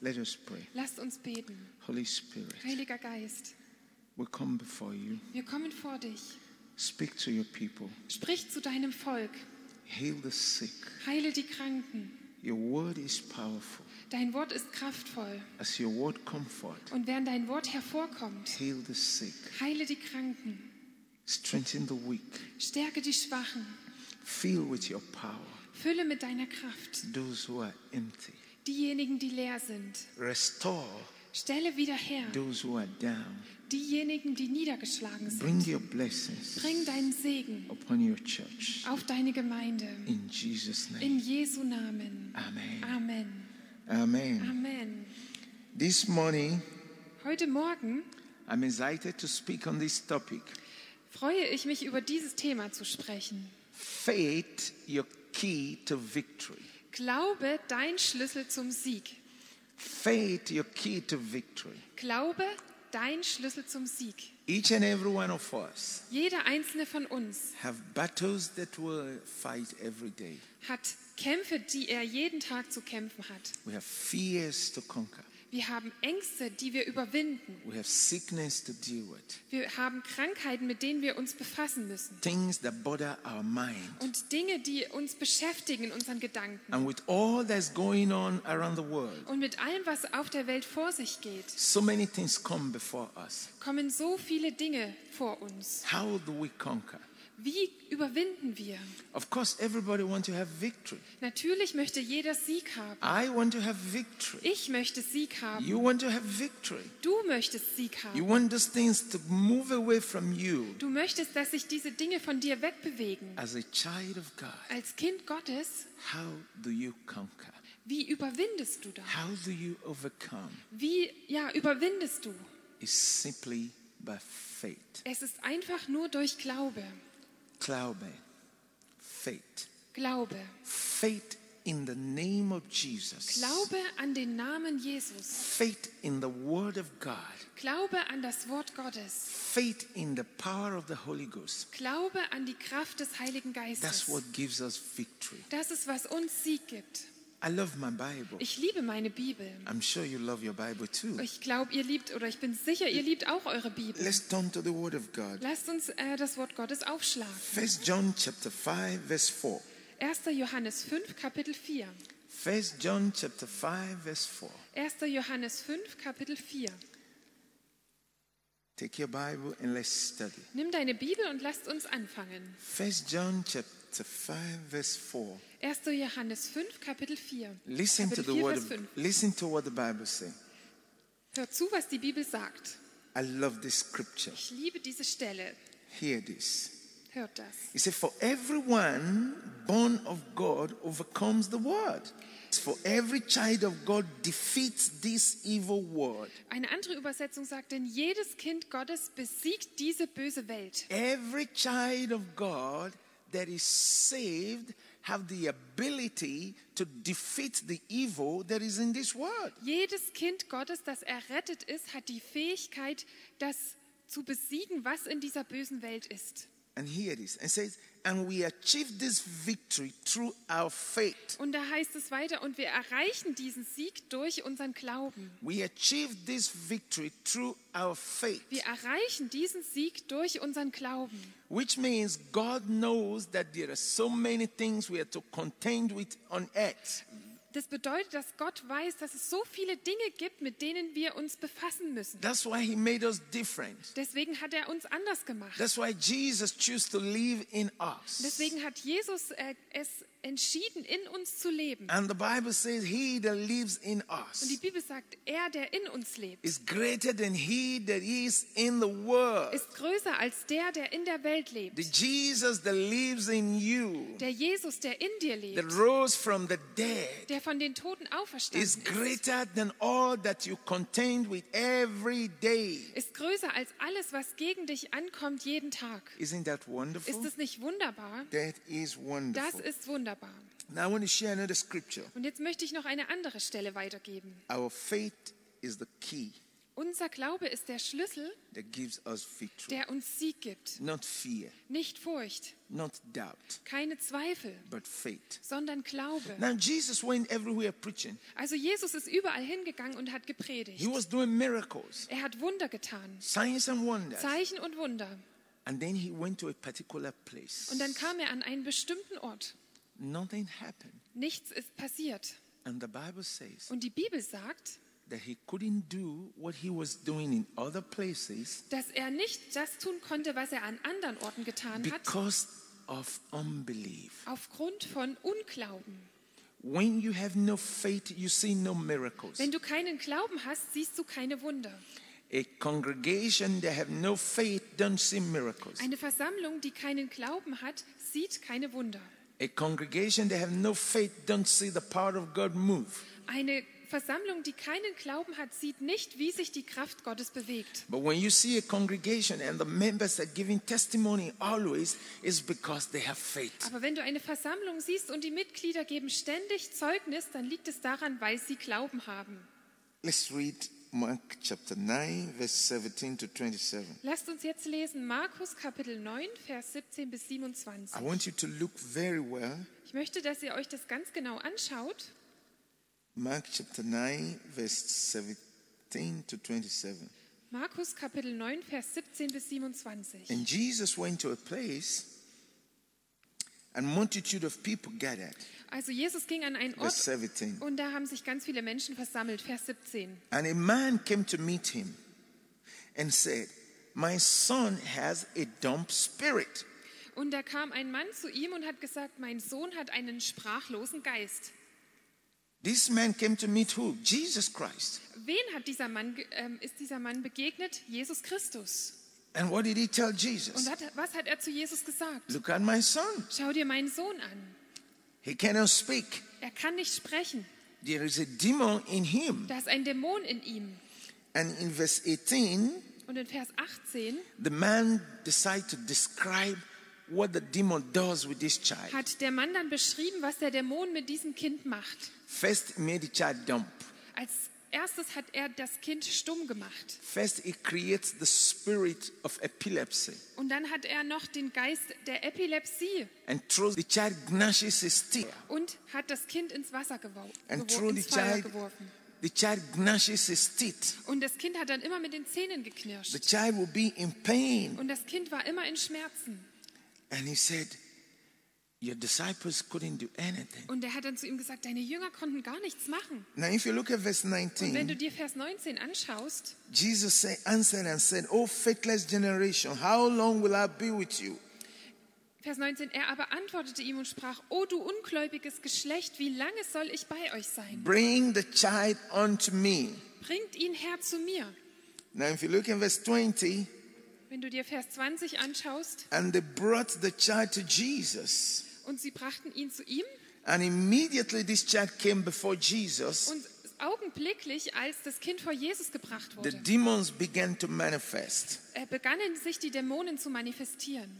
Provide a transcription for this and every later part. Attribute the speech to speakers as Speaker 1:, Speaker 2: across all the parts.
Speaker 1: Let us pray.
Speaker 2: Lasst uns beten.
Speaker 1: Holy Spirit,
Speaker 2: Heiliger Geist,
Speaker 1: we come before you.
Speaker 2: wir kommen vor dich.
Speaker 1: Speak to your people.
Speaker 2: Sprich zu deinem Volk.
Speaker 1: Heal the sick.
Speaker 2: Heile die Kranken.
Speaker 1: Your word is powerful.
Speaker 2: Dein Wort ist kraftvoll.
Speaker 1: As your word comfort,
Speaker 2: Und während dein Wort hervorkommt,
Speaker 1: heal the sick.
Speaker 2: heile die Kranken.
Speaker 1: Strengthen the weak.
Speaker 2: Stärke die Schwachen.
Speaker 1: Fill with your power
Speaker 2: Fülle mit deiner Kraft
Speaker 1: those who are empty.
Speaker 2: diejenigen, die leer sind.
Speaker 1: Restore
Speaker 2: Stelle wieder her
Speaker 1: those who are down.
Speaker 2: diejenigen, die niedergeschlagen sind.
Speaker 1: Bring your blessings
Speaker 2: Bring deinen Segen
Speaker 1: upon your church.
Speaker 2: auf deine Gemeinde.
Speaker 1: In Jesus'
Speaker 2: In
Speaker 1: name.
Speaker 2: Jesu Namen.
Speaker 1: Amen.
Speaker 2: Amen.
Speaker 1: Amen.
Speaker 2: Amen.
Speaker 1: This morning,
Speaker 2: Heute Morgen
Speaker 1: I'm excited to speak on this topic
Speaker 2: freue ich mich, über dieses Thema zu sprechen.
Speaker 1: faith, your key to victory.
Speaker 2: Glaube, dein Schlüssel zum Sieg.
Speaker 1: Faith, your key to victory.
Speaker 2: Glaube, dein Schlüssel zum Sieg.
Speaker 1: Each and every one of us
Speaker 2: Jeder einzelne von uns
Speaker 1: have battles that we fight every day.
Speaker 2: hat Kämpfe, die er jeden Tag zu kämpfen hat.
Speaker 1: We have fears to conquer.
Speaker 2: Wir haben Ängste, die wir überwinden.
Speaker 1: We have sickness to deal with.
Speaker 2: Wir haben Krankheiten, mit denen wir uns befassen müssen.
Speaker 1: Things that bother our mind.
Speaker 2: Und Dinge, die uns beschäftigen in unseren Gedanken.
Speaker 1: And with all that's going on around the world,
Speaker 2: Und mit allem, was auf der Welt vor sich geht,
Speaker 1: so many things come before us.
Speaker 2: kommen so viele Dinge vor uns.
Speaker 1: How do we conquer?
Speaker 2: Wie überwinden wir?
Speaker 1: Of course, everybody wants to have victory.
Speaker 2: Natürlich möchte jeder Sieg haben.
Speaker 1: I want to have victory.
Speaker 2: Ich möchte Sieg haben.
Speaker 1: You want to have victory.
Speaker 2: Du möchtest Sieg
Speaker 1: You
Speaker 2: haben.
Speaker 1: want those things to move away from you.
Speaker 2: Du möchtest, dass sich diese Dinge von dir wegbewegen.
Speaker 1: As a child of God,
Speaker 2: Als Kind Gottes,
Speaker 1: how do you conquer?
Speaker 2: wie überwindest du das?
Speaker 1: How do you overcome?
Speaker 2: Wie, ja, überwindest du?
Speaker 1: It's simply by faith.
Speaker 2: Es ist einfach nur durch Glaube.
Speaker 1: Glaube, faith.
Speaker 2: Glaube.
Speaker 1: Faith in the name of Jesus.
Speaker 2: Glaube an den Namen Jesus.
Speaker 1: Faith in the Word of God.
Speaker 2: Glaube an das Wort Gottes.
Speaker 1: Faith in the power of the Holy Ghost.
Speaker 2: Glaube an die Kraft des Heiligen
Speaker 1: That's
Speaker 2: Geistes.
Speaker 1: what gives us victory.
Speaker 2: Das ist, was uns Sieg gibt.
Speaker 1: I love my Bible.
Speaker 2: Ich liebe meine Bibel.
Speaker 1: I'm sure you love your Bible too.
Speaker 2: Ich glaube, ihr liebt, oder ich bin sicher, ihr liebt auch eure Bibel.
Speaker 1: Let's turn to the Word of God.
Speaker 2: Lasst uns äh, das Wort Gottes aufschlagen.
Speaker 1: First John chapter 5 verse 4.
Speaker 2: 1. Johannes 5, Kapitel 4.
Speaker 1: First John chapter 5 verse 4.
Speaker 2: 1. Johannes 5, Kapitel 4.
Speaker 1: Take your Bible and let's study.
Speaker 2: Nimm deine Bibel und lasst uns anfangen.
Speaker 1: First John chapter 5 verse 4.
Speaker 2: 1. Johannes 5, Kapitel 4.
Speaker 1: Listen to
Speaker 2: Kapitel
Speaker 1: the
Speaker 2: 4,
Speaker 1: word
Speaker 2: Vers
Speaker 1: of,
Speaker 2: 5.
Speaker 1: listen to what the Bible says.
Speaker 2: Hör zu, was die Bibel sagt.
Speaker 1: I love this scripture.
Speaker 2: Ich liebe diese Stelle.
Speaker 1: Hear this.
Speaker 2: Hört das.
Speaker 1: He said, For everyone born of God overcomes the world. For every child of God defeats this evil world.
Speaker 2: Eine andere Übersetzung sagt, denn jedes Kind Gottes besiegt diese böse Welt.
Speaker 1: Every child of God that is saved have the ability to defeat the evil that is in this world.
Speaker 2: Jedes Kind Gottes, das errettet ist, hat die Fähigkeit, das zu besiegen, was in dieser bösen Welt ist.
Speaker 1: And here it is. And says, and we achieve this victory through our faith.
Speaker 2: Und da heißt es weiter, und wir erreichen diesen Sieg durch unseren Glauben.
Speaker 1: We achieve this victory through our faith.
Speaker 2: Wir erreichen diesen Sieg durch unseren Glauben.
Speaker 1: Which means God knows that there are so many things we are to contend with on earth.
Speaker 2: Das bedeutet, dass Gott weiß, dass es so viele Dinge gibt, mit denen wir uns befassen müssen.
Speaker 1: That's why He made us different.
Speaker 2: Deswegen hat er uns anders gemacht.
Speaker 1: That's why Jesus chose to live in us.
Speaker 2: Deswegen hat Jesus äh, es entschieden, in uns zu leben.
Speaker 1: And the Bible says, He that lives in
Speaker 2: Und die
Speaker 1: us
Speaker 2: Bibel sagt, er, der in uns lebt,
Speaker 1: is greater than he that is in the world.
Speaker 2: ist größer als der, der in der Welt lebt.
Speaker 1: The Jesus that lives in you,
Speaker 2: Der Jesus, der in dir
Speaker 1: that
Speaker 2: lebt,
Speaker 1: rose from the dead,
Speaker 2: der von den Toten
Speaker 1: is
Speaker 2: auferstanden ist,
Speaker 1: greater than all that you contend with every day.
Speaker 2: ist größer als alles, was gegen dich ankommt jeden Tag.
Speaker 1: Isn't that
Speaker 2: Ist
Speaker 1: wonderful?
Speaker 2: es nicht wunderbar?
Speaker 1: That is
Speaker 2: Das
Speaker 1: wonderful.
Speaker 2: ist wunderbar.
Speaker 1: Now I want to share another scripture.
Speaker 2: Und jetzt möchte ich noch eine andere Stelle weitergeben.
Speaker 1: Our faith is the key
Speaker 2: Unser Glaube ist der Schlüssel,
Speaker 1: that gives us victory.
Speaker 2: der uns Sieg gibt.
Speaker 1: Not fear,
Speaker 2: Nicht Furcht,
Speaker 1: not doubt,
Speaker 2: keine Zweifel,
Speaker 1: but faith.
Speaker 2: sondern Glaube.
Speaker 1: Now, Jesus went everywhere preaching.
Speaker 2: Also Jesus ist überall hingegangen und hat
Speaker 1: He
Speaker 2: gepredigt.
Speaker 1: was doing miracles,
Speaker 2: Er hat Wunder getan.
Speaker 1: signs, and wonders.
Speaker 2: Zeichen und Wunder.
Speaker 1: And then he went to a particular place.
Speaker 2: Und dann kam er an einen bestimmten Ort.
Speaker 1: Nothing happened.
Speaker 2: Nichts ist passiert.
Speaker 1: And the Bible says
Speaker 2: Und die Bibel sagt,
Speaker 1: that he couldn't do what he was doing in other places
Speaker 2: dass er nicht das tun konnte, was er an anderen Orten getan hat,
Speaker 1: because of unbelief.
Speaker 2: aufgrund von Unglauben.
Speaker 1: When you have no faith, you see no miracles.
Speaker 2: Wenn du keinen Glauben hast, siehst du keine Wunder.
Speaker 1: A congregation that have no faith don't see miracles.
Speaker 2: Eine Versammlung, die keinen Glauben hat, sieht keine Wunder.
Speaker 1: A congregation that have no faith don't see the power of God move.
Speaker 2: Eine Versammlung, die keinen Glauben hat, sieht nicht, wie sich die Kraft Gottes bewegt.
Speaker 1: But when you see a congregation and the members are giving testimony always, it's because they have faith.
Speaker 2: Aber wenn du eine Versammlung siehst und die Mitglieder geben ständig Zeugnis, dann liegt es daran, weil sie Glauben haben.
Speaker 1: Let's read Mark chapter 9, verse 17 to 27.
Speaker 2: Lasst uns jetzt lesen Markus Kapitel 9, Vers 17 bis 27.
Speaker 1: I want you to look very well.
Speaker 2: Ich möchte, dass ihr euch das ganz genau anschaut.
Speaker 1: Mark chapter 9, verse 17 to 27.
Speaker 2: Markus Kapitel 9, Vers 17 bis 27.
Speaker 1: And Jesus went to a place, and multitude of people gathered.
Speaker 2: Also Jesus ging an einen
Speaker 1: Verse
Speaker 2: Ort
Speaker 1: 17.
Speaker 2: und da haben sich ganz viele Menschen versammelt. Vers 17.
Speaker 1: And a man came to meet him and said, My son has a dumb spirit.
Speaker 2: Und da kam ein Mann zu ihm und hat gesagt, mein Sohn hat einen sprachlosen Geist.
Speaker 1: This man came to meet who? Jesus Christ.
Speaker 2: Wen hat dieser Mann, ge- ähm, ist dieser Mann begegnet? Jesus Christus.
Speaker 1: And what did he tell
Speaker 2: Und
Speaker 1: Jesus?
Speaker 2: hat, was hat er zu Jesus gesagt?
Speaker 1: Look at my son.
Speaker 2: Schau dir meinen Sohn an.
Speaker 1: He cannot speak.
Speaker 2: Er kann nicht sprechen.
Speaker 1: There is a demon in him.
Speaker 2: Da ist ein Dämon in ihm.
Speaker 1: And in verse 18,
Speaker 2: Und in Vers 18
Speaker 1: the man decided to describe what the demon does with this child.
Speaker 2: hat der Mann dann beschrieben, was der Dämon mit diesem Kind macht.
Speaker 1: First, he made the child dumb.
Speaker 2: Als erstes hat er das Kind stumm gemacht.
Speaker 1: First, he creates the spirit of epilepsy
Speaker 2: Und dann hat er noch den Geist der Epilepsie
Speaker 1: and throws the child, gnashes his teeth.
Speaker 2: und hat das Kind ins Wasser gewor
Speaker 1: And
Speaker 2: gewor-
Speaker 1: through
Speaker 2: ins
Speaker 1: the
Speaker 2: Feuer
Speaker 1: child-
Speaker 2: geworfen.
Speaker 1: The child gnashes his teeth.
Speaker 2: Und das Kind hat dann immer mit den Zähnen
Speaker 1: The
Speaker 2: geknirscht.
Speaker 1: child will be in pain.
Speaker 2: Und das Kind war immer in Schmerzen.
Speaker 1: And he said, Your disciples couldn't do anything.
Speaker 2: Und er hat dann zu ihm gesagt, deine Jünger konnten gar nichts machen.
Speaker 1: Now, if you look at verse
Speaker 2: Und wenn du
Speaker 1: 19,
Speaker 2: dir Vers 19 anschaust,
Speaker 1: Jesus say, answered and said, O faithless generation, how long will I be with you?
Speaker 2: Vers 19, er aber antwortete ihm und sprach, O du ungläubiges Geschlecht, wie lange soll ich bei euch sein?
Speaker 1: Bring the child unto me.
Speaker 2: Bringt ihn her zu mir.
Speaker 1: Now, if you look in verse 20,
Speaker 2: Wenn du dir Vers 20 anschaust,
Speaker 1: and they brought the child to Jesus.
Speaker 2: und sie brachten ihn zu ihm,
Speaker 1: And immediately this child came before Jesus.
Speaker 2: und augenblicklich, als das Kind vor Jesus gebracht
Speaker 1: The
Speaker 2: wurde,
Speaker 1: demons began to manifest.
Speaker 2: äh, begannen sich die Dämonen zu manifestieren.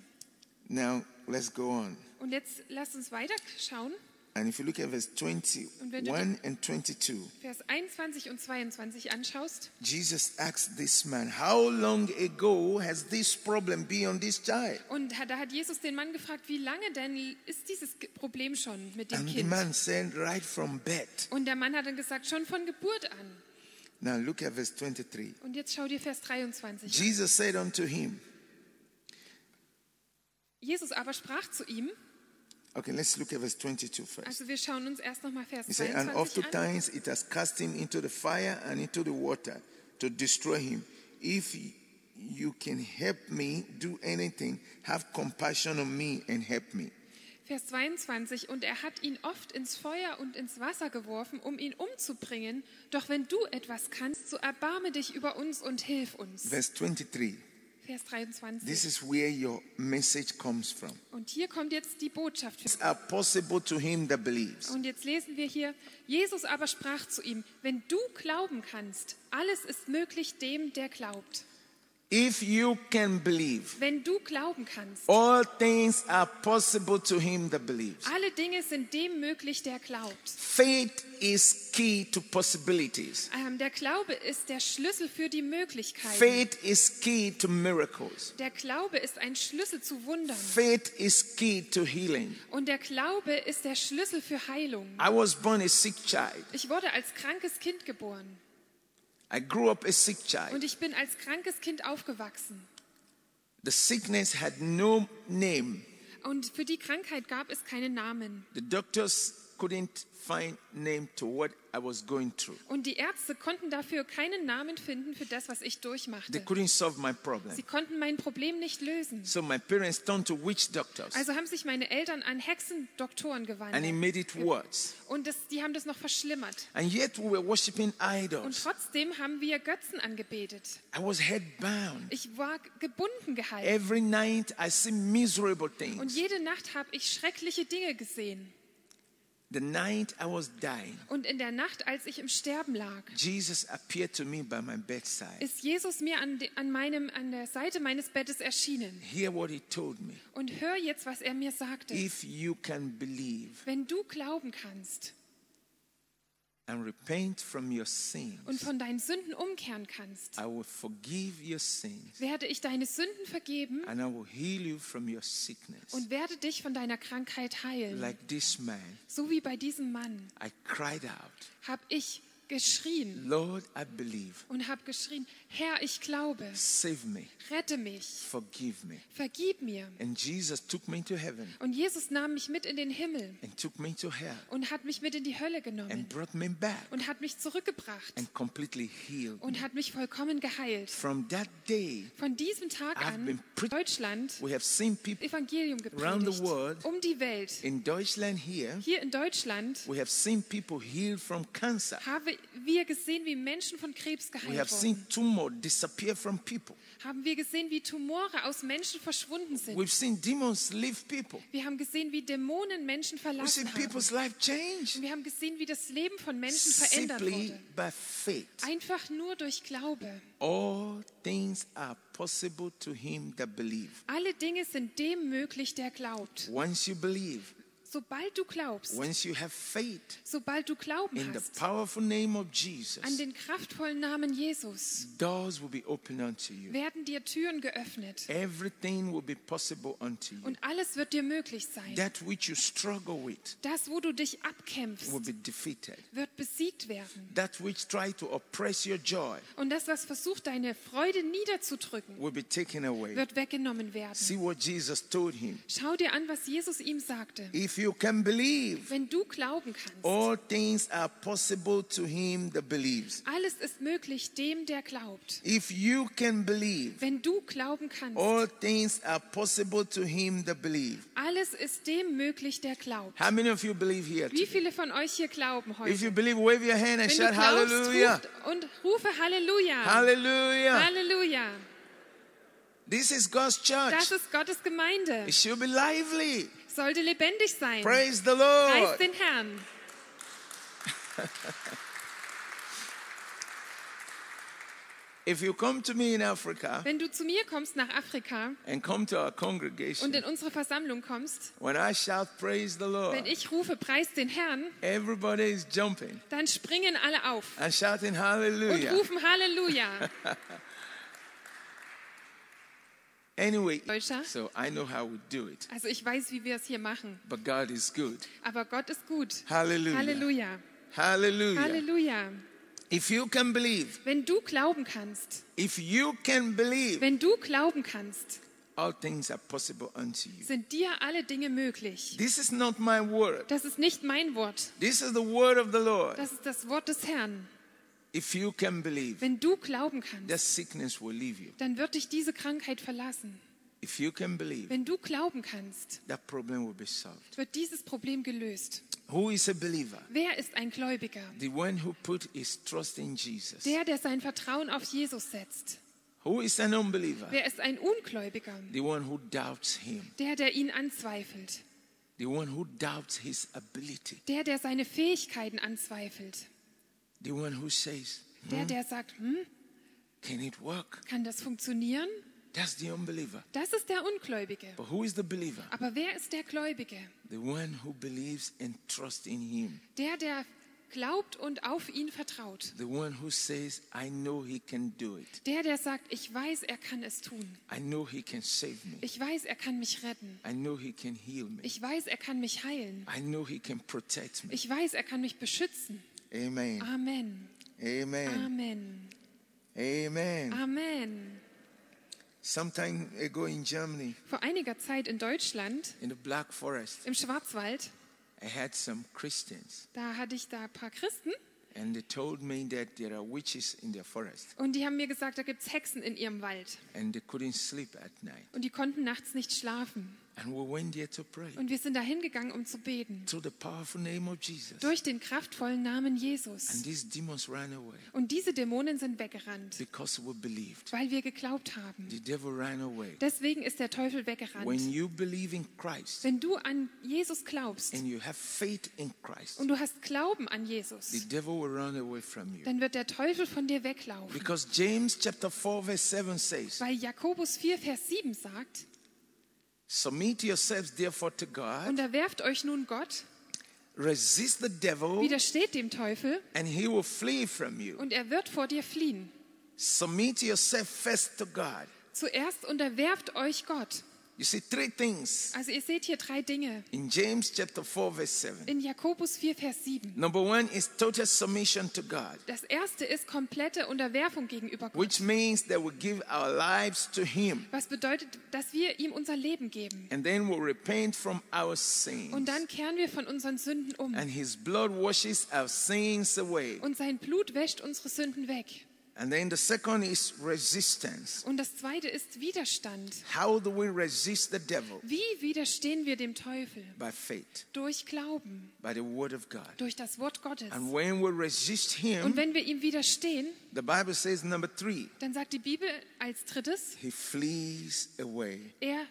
Speaker 1: Now, let's go on.
Speaker 2: Und jetzt lasst uns weiter schauen,
Speaker 1: And if you look at verse
Speaker 2: Und wenn du
Speaker 1: 21 and 22,
Speaker 2: Vers 21 und 22 anschaust.
Speaker 1: Jesus asked this man, How long ago has this problem been on this child?
Speaker 2: Und da hat Jesus den Mann gefragt, wie lange denn ist dieses Ge- Problem schon mit dem
Speaker 1: And the
Speaker 2: Kind?
Speaker 1: man said, Right from birth.
Speaker 2: Und der Mann hat dann gesagt, schon von Geburt an.
Speaker 1: Now look at verse 23.
Speaker 2: Und jetzt schau dir Vers 23 an.
Speaker 1: Jesus said unto him,
Speaker 2: Jesus aber sprach zu ihm,
Speaker 1: Okay, let's look at verse 22 first.
Speaker 2: also wir schauen uns erst nochmal Vers
Speaker 1: He said, And
Speaker 2: 22 an.
Speaker 1: oftentimes it has cast him into the fire and into the water to destroy him. If you can help me do anything, have compassion on me and help me.
Speaker 2: Vers 22, und er hat ihn oft ins Feuer und ins Wasser geworfen, um ihn umzubringen. Doch wenn du etwas kannst, so erbarme dich über uns und hilf uns.
Speaker 1: Verse 23.
Speaker 2: Vers
Speaker 1: This
Speaker 2: 23.
Speaker 1: is where your message comes from.
Speaker 2: Und hier kommt jetzt die Botschaft.
Speaker 1: Things are possible to him that believes.
Speaker 2: Und jetzt lesen wir hier, Jesus aber sprach zu ihm, wenn du glauben kannst, alles ist möglich dem, der glaubt.
Speaker 1: If you can believe,
Speaker 2: Wenn du glauben kannst,
Speaker 1: all things are possible to him that believes.
Speaker 2: alle Dinge sind dem möglich, der glaubt.
Speaker 1: Faith is key to possibilities.
Speaker 2: Ähm, der Glaube ist der Schlüssel für die Möglichkeiten.
Speaker 1: Faith is key to miracles.
Speaker 2: Der Glaube ist ein Schlüssel zu Wundern.
Speaker 1: Faith is key to healing.
Speaker 2: Und der Glaube ist der Schlüssel für Heilung.
Speaker 1: I was born a sick child.
Speaker 2: Ich wurde als krankes Kind geboren
Speaker 1: I grew up a sick child.
Speaker 2: und ich bin als krankes Kind aufgewachsen.
Speaker 1: The sickness had no name.
Speaker 2: Und für die Krankheit gab es keinen Namen.
Speaker 1: The doctors couldn't find name to what I was going through.
Speaker 2: Und die Ärzte konnten dafür keinen Namen finden für das, was ich
Speaker 1: They
Speaker 2: durchmachte.
Speaker 1: couldn't solve my problem.
Speaker 2: Sie konnten mein Problem nicht lösen.
Speaker 1: So my parents turned to witch doctors
Speaker 2: Also haben sich meine Eltern an Hexendoktoren
Speaker 1: and it
Speaker 2: gewandt.
Speaker 1: made it worse.
Speaker 2: Und das, die haben das noch verschlimmert.
Speaker 1: And yet we were worshiping
Speaker 2: Und
Speaker 1: idols.
Speaker 2: trotzdem haben wir Götzen angebetet.
Speaker 1: I was head bound.
Speaker 2: Ich war gebunden gehalten.
Speaker 1: Every night I see miserable
Speaker 2: Und
Speaker 1: things.
Speaker 2: jede Nacht habe ich schreckliche Dinge gesehen.
Speaker 1: The night I was dying,
Speaker 2: Und in der Nacht, als ich im Sterben lag,
Speaker 1: Jesus appeared to me by my bedside.
Speaker 2: ist Jesus mir an, de- an, meinem, an der Seite meines Bettes erschienen.
Speaker 1: Hear what he told me.
Speaker 2: Und hör jetzt, was er mir sagte.
Speaker 1: If you can believe
Speaker 2: Wenn du glauben kannst
Speaker 1: and repent from your
Speaker 2: und
Speaker 1: sins,
Speaker 2: von deinen Sünden umkehren kannst,
Speaker 1: I will forgive your sins
Speaker 2: werde ich deine Sünden vergeben
Speaker 1: and I will heal you from your sickness.
Speaker 2: und werde dich von deiner Krankheit heilen.
Speaker 1: Like this man,
Speaker 2: So wie bei diesem Mann
Speaker 1: I cried out,
Speaker 2: habe ich geschrien
Speaker 1: Lord, I believe.
Speaker 2: und habe geschrien, Herr, ich glaube,
Speaker 1: Save me.
Speaker 2: rette mich,
Speaker 1: Forgive me.
Speaker 2: vergib mir.
Speaker 1: And Jesus took me to heaven
Speaker 2: Und Jesus nahm mich mit in den Himmel
Speaker 1: and took me to hell
Speaker 2: und hat mich mit in die Hölle
Speaker 1: and
Speaker 2: genommen
Speaker 1: brought me back
Speaker 2: und hat mich zurückgebracht
Speaker 1: and completely healed. me.
Speaker 2: und hat mich vollkommen geheilt.
Speaker 1: From that day,
Speaker 2: Von diesem Tag
Speaker 1: I've
Speaker 2: an
Speaker 1: been
Speaker 2: in
Speaker 1: preaching-
Speaker 2: Deutschland
Speaker 1: we have seen people
Speaker 2: Evangelium
Speaker 1: Around the
Speaker 2: gepredigt.
Speaker 1: world.
Speaker 2: Um die Welt.
Speaker 1: in Deutschland here,
Speaker 2: Hier in Deutschland
Speaker 1: we have seen people healed from cancer.
Speaker 2: haben wir gesehen, wie Menschen von Krebs
Speaker 1: We
Speaker 2: geheilt
Speaker 1: have seen
Speaker 2: wurden.
Speaker 1: tumor disappear from people.
Speaker 2: Haben wir gesehen, wie Tumore aus Menschen verschwunden sind.
Speaker 1: We've seen demons leave people.
Speaker 2: Wir haben gesehen, wie Dämonen Menschen
Speaker 1: We've seen
Speaker 2: verlassen haben.
Speaker 1: people's life change
Speaker 2: Wir haben gesehen, wie das Leben von Menschen verändert
Speaker 1: simply
Speaker 2: wurde.
Speaker 1: by faith.
Speaker 2: Einfach nur durch Glaube.
Speaker 1: All things are possible to him that believe.
Speaker 2: Alle Dinge sind dem möglich, der glaubt.
Speaker 1: Once you believe,
Speaker 2: Sobald du glaubst,
Speaker 1: once you have faith
Speaker 2: sobald du Glauben
Speaker 1: in the
Speaker 2: hast
Speaker 1: powerful name of
Speaker 2: an
Speaker 1: Jesus,
Speaker 2: den kraftvollen Namen Jesus,
Speaker 1: doors will be open unto you.
Speaker 2: werden dir Türen geöffnet.
Speaker 1: Everything will be possible unto you.
Speaker 2: Und alles wird dir möglich sein.
Speaker 1: That which you struggle with
Speaker 2: Das, wo du dich abkämpfst,
Speaker 1: will be defeated.
Speaker 2: wird besiegt werden.
Speaker 1: That which tried to oppress your joy
Speaker 2: Und das, was versucht, deine Freude niederzudrücken,
Speaker 1: will be taken away.
Speaker 2: wird weggenommen werden.
Speaker 1: See what Jesus told him.
Speaker 2: Schau dir an, was Jesus ihm sagte.
Speaker 1: If you can believe,
Speaker 2: Wenn du glauben kannst,
Speaker 1: all things are possible to him that believes.
Speaker 2: alles ist möglich dem, der glaubt.
Speaker 1: If you can believe,
Speaker 2: Wenn du glauben kannst,
Speaker 1: all things are possible to him that believes.
Speaker 2: alles ist dem möglich, der glaubt.
Speaker 1: How many of you believe here?
Speaker 2: Wie
Speaker 1: Today?
Speaker 2: viele von euch hier glauben
Speaker 1: If
Speaker 2: heute?
Speaker 1: you believe, wave your hand and
Speaker 2: Wenn du
Speaker 1: shout
Speaker 2: glaubst,
Speaker 1: hallelujah.
Speaker 2: ruft und rufe Halleluja.
Speaker 1: Hallelujah.
Speaker 2: Halleluja.
Speaker 1: This is God's
Speaker 2: Das
Speaker 1: church.
Speaker 2: ist Gottes Gemeinde.
Speaker 1: It should be lively.
Speaker 2: Sollte lebendig sein.
Speaker 1: Praise the
Speaker 2: Preist
Speaker 1: Lord.
Speaker 2: den Herrn.
Speaker 1: If you come to me in Africa
Speaker 2: Wenn du zu mir kommst nach Afrika
Speaker 1: and come to our
Speaker 2: und
Speaker 1: congregation,
Speaker 2: in unsere Versammlung kommst,
Speaker 1: when I shout praise the
Speaker 2: wenn
Speaker 1: Lord,
Speaker 2: ich rufe, preist den Herrn,
Speaker 1: everybody is jumping.
Speaker 2: dann springen alle auf
Speaker 1: and shouting
Speaker 2: und
Speaker 1: hallelujah.
Speaker 2: rufen Halleluja.
Speaker 1: Anyway,
Speaker 2: Deutscher?
Speaker 1: so I know how we do it,
Speaker 2: Also ich weiß, wie wir es hier machen,
Speaker 1: but God is good.
Speaker 2: aber Gott ist gut.
Speaker 1: Hallelujah.
Speaker 2: Halleluja.
Speaker 1: Hallelujah.
Speaker 2: Halleluja.
Speaker 1: If you can believe,
Speaker 2: Wenn du glauben kannst,
Speaker 1: if you can believe,
Speaker 2: wenn du glauben kannst,
Speaker 1: all things are possible unto you.
Speaker 2: sind dir alle Dinge möglich.
Speaker 1: This is not my word.
Speaker 2: Das ist nicht mein Wort,
Speaker 1: This is the word of the Lord.
Speaker 2: das ist das Wort des Herrn.
Speaker 1: If you can believe,
Speaker 2: Wenn du glauben kannst,
Speaker 1: that sickness will leave you.
Speaker 2: dann wird dich diese Krankheit verlassen.
Speaker 1: If you can believe,
Speaker 2: Wenn du glauben kannst,
Speaker 1: that problem will be solved.
Speaker 2: wird dieses Problem gelöst.
Speaker 1: Who is a believer?
Speaker 2: Wer ist ein Gläubiger?
Speaker 1: The one who put his trust in Jesus.
Speaker 2: Der, der sein Vertrauen auf Jesus setzt.
Speaker 1: Who is an unbeliever?
Speaker 2: Wer ist ein Ungläubiger?
Speaker 1: The one who doubts him.
Speaker 2: Der, der ihn anzweifelt.
Speaker 1: The one who doubts his ability.
Speaker 2: Der, der seine Fähigkeiten anzweifelt.
Speaker 1: The one who says,
Speaker 2: Der, der sagt, hm,
Speaker 1: Can it work?
Speaker 2: Kann das funktionieren?
Speaker 1: That's the unbeliever.
Speaker 2: Das ist der Ungläubige.
Speaker 1: But who is the believer?
Speaker 2: Aber wer ist der Gläubige?
Speaker 1: The one who believes and trusts in Him.
Speaker 2: Der, der glaubt und auf ihn vertraut.
Speaker 1: The one who says, I know He can do it.
Speaker 2: Der, der sagt, ich weiß, er kann es tun.
Speaker 1: I know He can save me.
Speaker 2: Ich weiß, er kann mich retten.
Speaker 1: I know He can heal me.
Speaker 2: Ich weiß, er kann mich heilen.
Speaker 1: I know He can protect me.
Speaker 2: Ich weiß, er kann mich beschützen.
Speaker 1: Amen.
Speaker 2: Amen.
Speaker 1: Amen.
Speaker 2: Amen.
Speaker 1: Amen.
Speaker 2: Amen.
Speaker 1: Sometime ago in Germany,
Speaker 2: Vor einiger Zeit in Deutschland,
Speaker 1: in the Black Forest,
Speaker 2: im Schwarzwald,
Speaker 1: I had some Christians,
Speaker 2: da hatte ich da ein paar Christen
Speaker 1: and they told me that there are witches in their forest,
Speaker 2: und die haben mir gesagt, da gibt es Hexen in ihrem Wald.
Speaker 1: and they couldn't sleep at night.
Speaker 2: Und die konnten nachts nicht schlafen.
Speaker 1: And we went there to pray.
Speaker 2: Und wir sind dahin gegangen, um zu beten.
Speaker 1: Through the powerful name of Jesus.
Speaker 2: Durch den kraftvollen Namen
Speaker 1: And
Speaker 2: Jesus.
Speaker 1: these demons ran away
Speaker 2: Und diese Dämonen sind weggerannt,
Speaker 1: because we believed.
Speaker 2: weil wir geglaubt haben.
Speaker 1: The devil ran away.
Speaker 2: Deswegen ist der Teufel
Speaker 1: When
Speaker 2: weggerannt.
Speaker 1: you believe in Christ
Speaker 2: Wenn du an Jesus glaubst
Speaker 1: and you have faith in Christ,
Speaker 2: und du hast Glauben an
Speaker 1: the
Speaker 2: Jesus,
Speaker 1: devil will run away from you.
Speaker 2: dann wird der Teufel von dir weglaufen.
Speaker 1: Because James chapter 4 verse 7 says,
Speaker 2: Weil Jakobus 4, Vers 7 sagt,
Speaker 1: Submit yourselves therefore to God,
Speaker 2: unterwerft euch nun Gott,
Speaker 1: resist the devil,
Speaker 2: widersteht dem Teufel
Speaker 1: and he will flee from you.
Speaker 2: und er wird vor dir fliehen.
Speaker 1: Submit yourself first to God.
Speaker 2: Zuerst unterwerft euch Gott.
Speaker 1: You see three things
Speaker 2: Also ihr seht hier drei Dinge.
Speaker 1: in James chapter 4 verse 7.
Speaker 2: In Jakobus 4, Vers 7.
Speaker 1: Number one is total submission to God,
Speaker 2: Das erste ist komplette Unterwerfung gegenüber Gott.
Speaker 1: which means that we give our lives to Him
Speaker 2: Was bedeutet, dass wir ihm unser Leben geben.
Speaker 1: and then we repent from our sins.
Speaker 2: Und dann kehren wir von unseren Sünden um.
Speaker 1: and His blood washes our sins away.
Speaker 2: Und sein Blut wäscht unsere Sünden weg.
Speaker 1: And then the second is resistance.
Speaker 2: Und das zweite ist Widerstand.
Speaker 1: How do we resist the devil?
Speaker 2: Wie widerstehen wir dem Teufel?
Speaker 1: By faith,
Speaker 2: Durch Glauben,
Speaker 1: by the word of God.
Speaker 2: durch das Wort Gottes.
Speaker 1: And when we resist
Speaker 2: Und
Speaker 1: Him,
Speaker 2: wenn wir ihm widerstehen,
Speaker 1: the Bible says, number three,
Speaker 2: dann sagt die Bibel als drittes,
Speaker 1: He flees away.
Speaker 2: er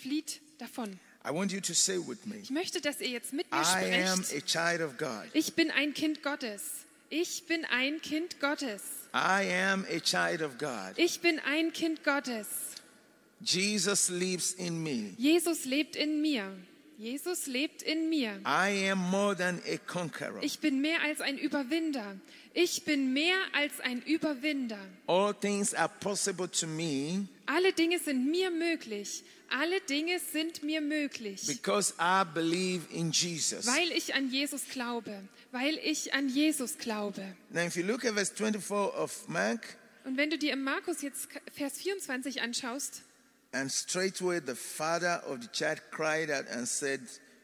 Speaker 2: flieht davon.
Speaker 1: I want you to say with me,
Speaker 2: Ich möchte, dass ihr jetzt mit mir
Speaker 1: I am
Speaker 2: sprecht.
Speaker 1: a child of God.
Speaker 2: Ich bin ein Kind Gottes. Ich bin ein Kind Gottes.
Speaker 1: I am a child of God.
Speaker 2: Ich bin ein Kind Gottes.
Speaker 1: Jesus lives in me.
Speaker 2: Jesus lebt in mir. Jesus lebt in mir.
Speaker 1: I am more than a conqueror.
Speaker 2: Ich bin mehr als ein Überwinder. Ich bin mehr als ein Überwinder.
Speaker 1: All things are possible to me
Speaker 2: Alle Dinge sind mir möglich. Alle Dinge sind mir möglich,
Speaker 1: because I believe in Jesus.
Speaker 2: weil ich an Jesus glaube. Weil ich an Jesus glaube.
Speaker 1: Now, if you look at verse 24 of Mark,
Speaker 2: Und wenn du dir im Markus jetzt K- Vers 24 anschaust,
Speaker 1: and straightway the father of the child cried out and said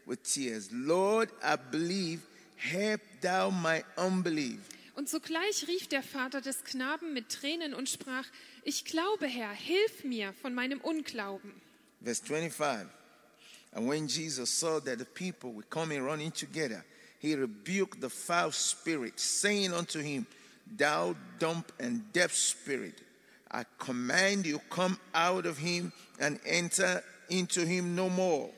Speaker 1: with tears, Lord, I believe, help thou my unbelief.
Speaker 2: und sogleich rief der Vater des Knaben mit Tränen und sprach, ich glaube, Herr, hilf mir von meinem Unglauben.
Speaker 1: Verse 25. And when Jesus saw that the people were coming running together, he rebuked the foul spirit, saying unto him, Thou dumb and deaf spirit, I command you, come out of him and enter into him no more.